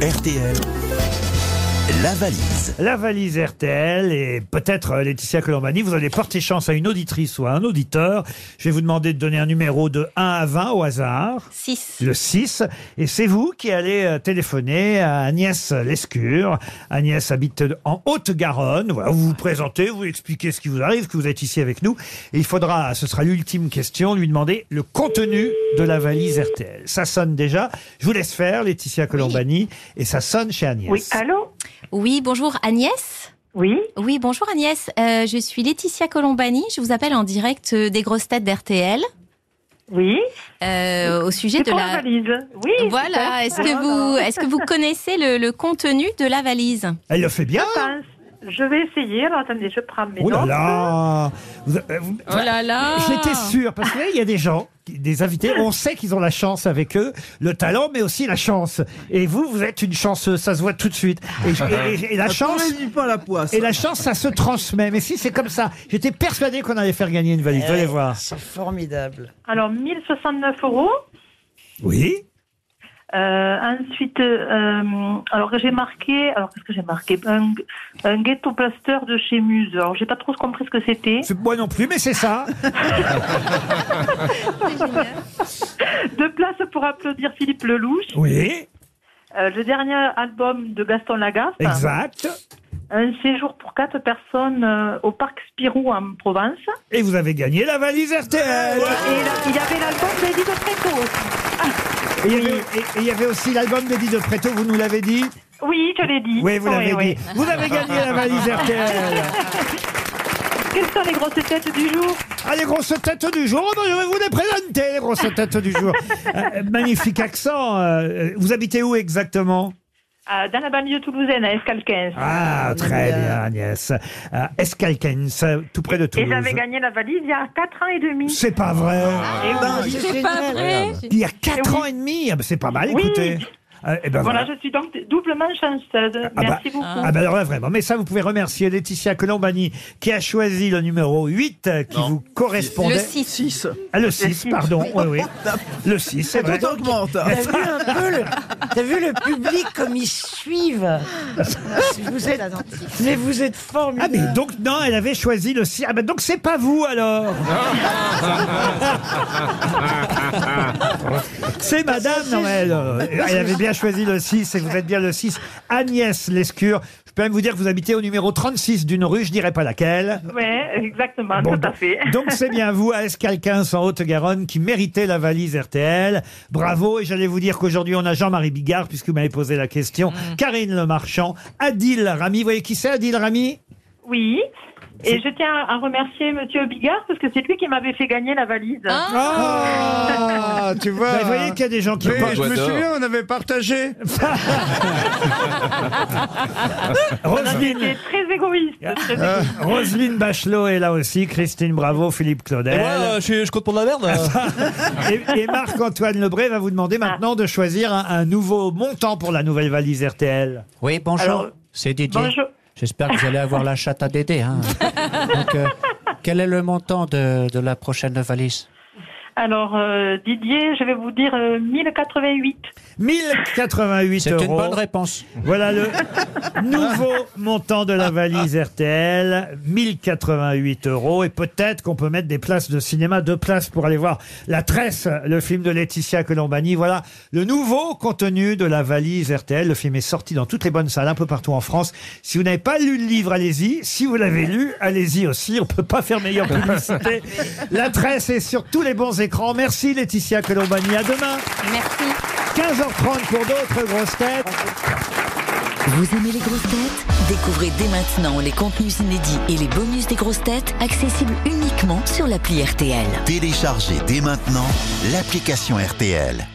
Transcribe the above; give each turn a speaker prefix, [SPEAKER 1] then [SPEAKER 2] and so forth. [SPEAKER 1] RTL, la valise.
[SPEAKER 2] La valise RTL et peut-être euh, Laetitia Colombani, vous allez porter chance à une auditrice ou à un auditeur. Je vais vous demander de donner un numéro de 1 à 20 au hasard,
[SPEAKER 3] 6.
[SPEAKER 2] le 6, et c'est vous qui allez euh, téléphoner à Agnès Lescure. Agnès habite en Haute-Garonne. Voilà, vous vous présentez, vous expliquez ce qui vous arrive, que vous êtes ici avec nous. Et il faudra, ce sera l'ultime question, lui demander le contenu de la valise RTL. Ça sonne déjà. Je vous laisse faire, Laetitia Colombani, et ça sonne chez Agnès.
[SPEAKER 4] Oui, allô
[SPEAKER 3] Oui, bonjour Agnès.
[SPEAKER 4] Oui,
[SPEAKER 3] Oui, bonjour Agnès. Euh, je suis Laetitia Colombani. Je vous appelle en direct euh, des grosses têtes d'RTL
[SPEAKER 4] oui.
[SPEAKER 3] euh, au sujet
[SPEAKER 4] C'est
[SPEAKER 3] de
[SPEAKER 4] pour la
[SPEAKER 3] la.
[SPEAKER 4] valise. Oui.
[SPEAKER 3] Voilà. Est-ce que vous, est-ce que vous connaissez le, le contenu de la valise
[SPEAKER 2] Elle le fait bien.
[SPEAKER 4] Je pense. Je vais essayer. Alors, attendez, je prends mes
[SPEAKER 2] Oh là
[SPEAKER 4] notes.
[SPEAKER 2] là Vous- euh, vous-
[SPEAKER 3] Oh là là
[SPEAKER 2] J'étais sûr, parce que là, il y a des gens, qui- des invités, on sait qu'ils ont la chance avec eux, le talent, mais aussi la chance. Et vous, vous êtes une chanceuse, ça se voit tout de suite. Et, et- et- et
[SPEAKER 3] Ah,
[SPEAKER 2] la chance...
[SPEAKER 5] pas la poisse.
[SPEAKER 2] Et la chance, ça se transmet. Mais si c'est comme ça, j'étais persuadé qu'on allait faire gagner une valise. Vous allez voir.
[SPEAKER 5] Eh, C'est formidable.
[SPEAKER 4] Alors, 1069 euros.
[SPEAKER 2] Oui.
[SPEAKER 4] Euh, ensuite, euh, alors j'ai marqué, alors qu'est-ce que j'ai marqué un, un ghetto plaster de chez Muse. Alors j'ai pas trop compris ce que c'était.
[SPEAKER 2] C'est- Moi non plus, mais c'est ça.
[SPEAKER 4] Deux places pour applaudir Philippe Lelouch.
[SPEAKER 2] Oui.
[SPEAKER 4] Euh, le dernier album de Gaston Lagaffe.
[SPEAKER 3] Ah.
[SPEAKER 2] Exact.
[SPEAKER 4] Un séjour pour quatre personnes euh, au parc Spirou en Provence.
[SPEAKER 2] Et vous avez gagné la valise RTL.
[SPEAKER 4] Et là, il y avait l'album d'Eddie de Préto aussi.
[SPEAKER 2] Et il y avait- et- et il y avait aussi l'album d'Eddie de Préto, vous nous l'avez dit.
[SPEAKER 4] Oui, je l'ai dit.
[SPEAKER 2] Oui, vous l'avez
[SPEAKER 4] oui.
[SPEAKER 2] dit. Vous avez gagné la valise RTL.
[SPEAKER 4] Quelles sont les grosses têtes du jour
[SPEAKER 2] Ah, les grosses têtes du jour. Oh, ben, je vais vous les présenter, les grosses têtes du jour. Euh, magnifique accent. euh, vous habitez où exactement
[SPEAKER 4] Euh, Dans la banlieue toulousaine, à Escale 15.
[SPEAKER 2] Ah, très bien, Agnès. Euh, Escalquens, euh, tout près de
[SPEAKER 4] et
[SPEAKER 2] Toulouse.
[SPEAKER 4] j'avais gagné la valise il y a 4 ans et demi.
[SPEAKER 2] C'est pas vrai. Ah,
[SPEAKER 4] Et oui.
[SPEAKER 3] C'est pas vrai.
[SPEAKER 2] Il y a 4 ans et demi. Ah, ben, C'est pas mal,
[SPEAKER 4] Oui.
[SPEAKER 2] écoutez. Euh, eh ben,
[SPEAKER 4] Voilà, je suis donc doublement chanceuse.
[SPEAKER 2] Ah
[SPEAKER 4] Merci
[SPEAKER 2] bah,
[SPEAKER 4] beaucoup.
[SPEAKER 2] Ah ben alors là vraiment, mais ça vous pouvez remercier Laetitia Colombani qui a choisi le numéro 8 euh, qui vous correspondait.
[SPEAKER 3] Le 6.
[SPEAKER 5] 6.
[SPEAKER 2] Ah, le 6, pardon, oui, oui. Le 6, c'est vrai.
[SPEAKER 5] Tout augmente.
[SPEAKER 6] T'as vu un peu le, t'as vu le public comme ils suivent. Vous êtes, mais vous êtes
[SPEAKER 2] Ah mais
[SPEAKER 6] formidable.
[SPEAKER 2] donc non, elle avait choisi le si. Ah ben donc c'est pas vous alors. c'est madame Noël. Euh, Elle avait bien choisi le 6 et vous êtes bien le 6. Agnès Lescure. Je peux même vous dire que vous habitez au numéro 36 d'une rue, je dirais pas laquelle.
[SPEAKER 4] Ouais, exactement,
[SPEAKER 2] ah. Bon,
[SPEAKER 4] tout à
[SPEAKER 2] donc-
[SPEAKER 4] fait.
[SPEAKER 2] Donc c'est bien vous, AS Calquins en Haute-Garonne, qui méritez la valise RTL. Bravo, et j'allais vous dire qu'aujourd'hui on a Jean-Marie Bigard, puisque vous m'avez posé la question,
[SPEAKER 7] Mm.
[SPEAKER 2] Karine Le Marchand, Adil Rami. Vous voyez qui c'est Adil Rami
[SPEAKER 4] Oui. Et je tiens à remercier Monsieur Bigard parce que c'est lui qui m'avait fait gagner la valise.
[SPEAKER 5] Ah, tu vois.
[SPEAKER 2] Bah, Vous voyez qu'il y a des gens qui
[SPEAKER 5] Mais
[SPEAKER 2] pensent.
[SPEAKER 7] Bah,
[SPEAKER 5] je me souviens, on avait partagé.
[SPEAKER 2] Roselyne,
[SPEAKER 4] C'est très égoïste.
[SPEAKER 2] Ah,
[SPEAKER 4] ce mec.
[SPEAKER 2] Roselyne Bachelot est là aussi, Christine Bravo, Philippe Claudel.
[SPEAKER 7] euh, je, compte pour de la merde.
[SPEAKER 2] Et, et Marc-Antoine Lebré va vous demander maintenant de choisir un, un nouveau montant pour la nouvelle valise RTL.
[SPEAKER 7] Oui, bonjour.
[SPEAKER 4] Alors,
[SPEAKER 7] C'est Didier.
[SPEAKER 4] Bonjour.
[SPEAKER 7] J'espère que vous allez avoir la chatte à Dédé. hein. Donc, euh, quel est le montant de, de la prochaine valise
[SPEAKER 4] Alors, euh, Didier, je vais vous dire euh, 1088.
[SPEAKER 2] 1088
[SPEAKER 7] C'est
[SPEAKER 2] euros.
[SPEAKER 7] une bonne réponse.
[SPEAKER 2] Voilà le nouveau montant de la valise RTL, 1088 euros. Et peut-être qu'on peut mettre des places de cinéma, deux places pour aller voir La Tresse, le film de Laetitia Colombani. Voilà le nouveau contenu de la valise RTL. Le film est sorti dans toutes les bonnes salles, un peu partout en France. Si vous n'avez pas lu le livre, allez-y. Si vous l'avez lu, allez-y aussi. On peut pas faire meilleure publicité. La Tresse est sur tous les bons écrans. Merci Laetitia Colombani. À demain,
[SPEAKER 3] Merci.
[SPEAKER 2] 15h30 pour d'autres grosses têtes.
[SPEAKER 8] Vous aimez les grosses têtes Découvrez dès maintenant les contenus inédits et les bonus des grosses têtes accessibles uniquement sur l'appli RTL.
[SPEAKER 1] Téléchargez dès maintenant l'application RTL.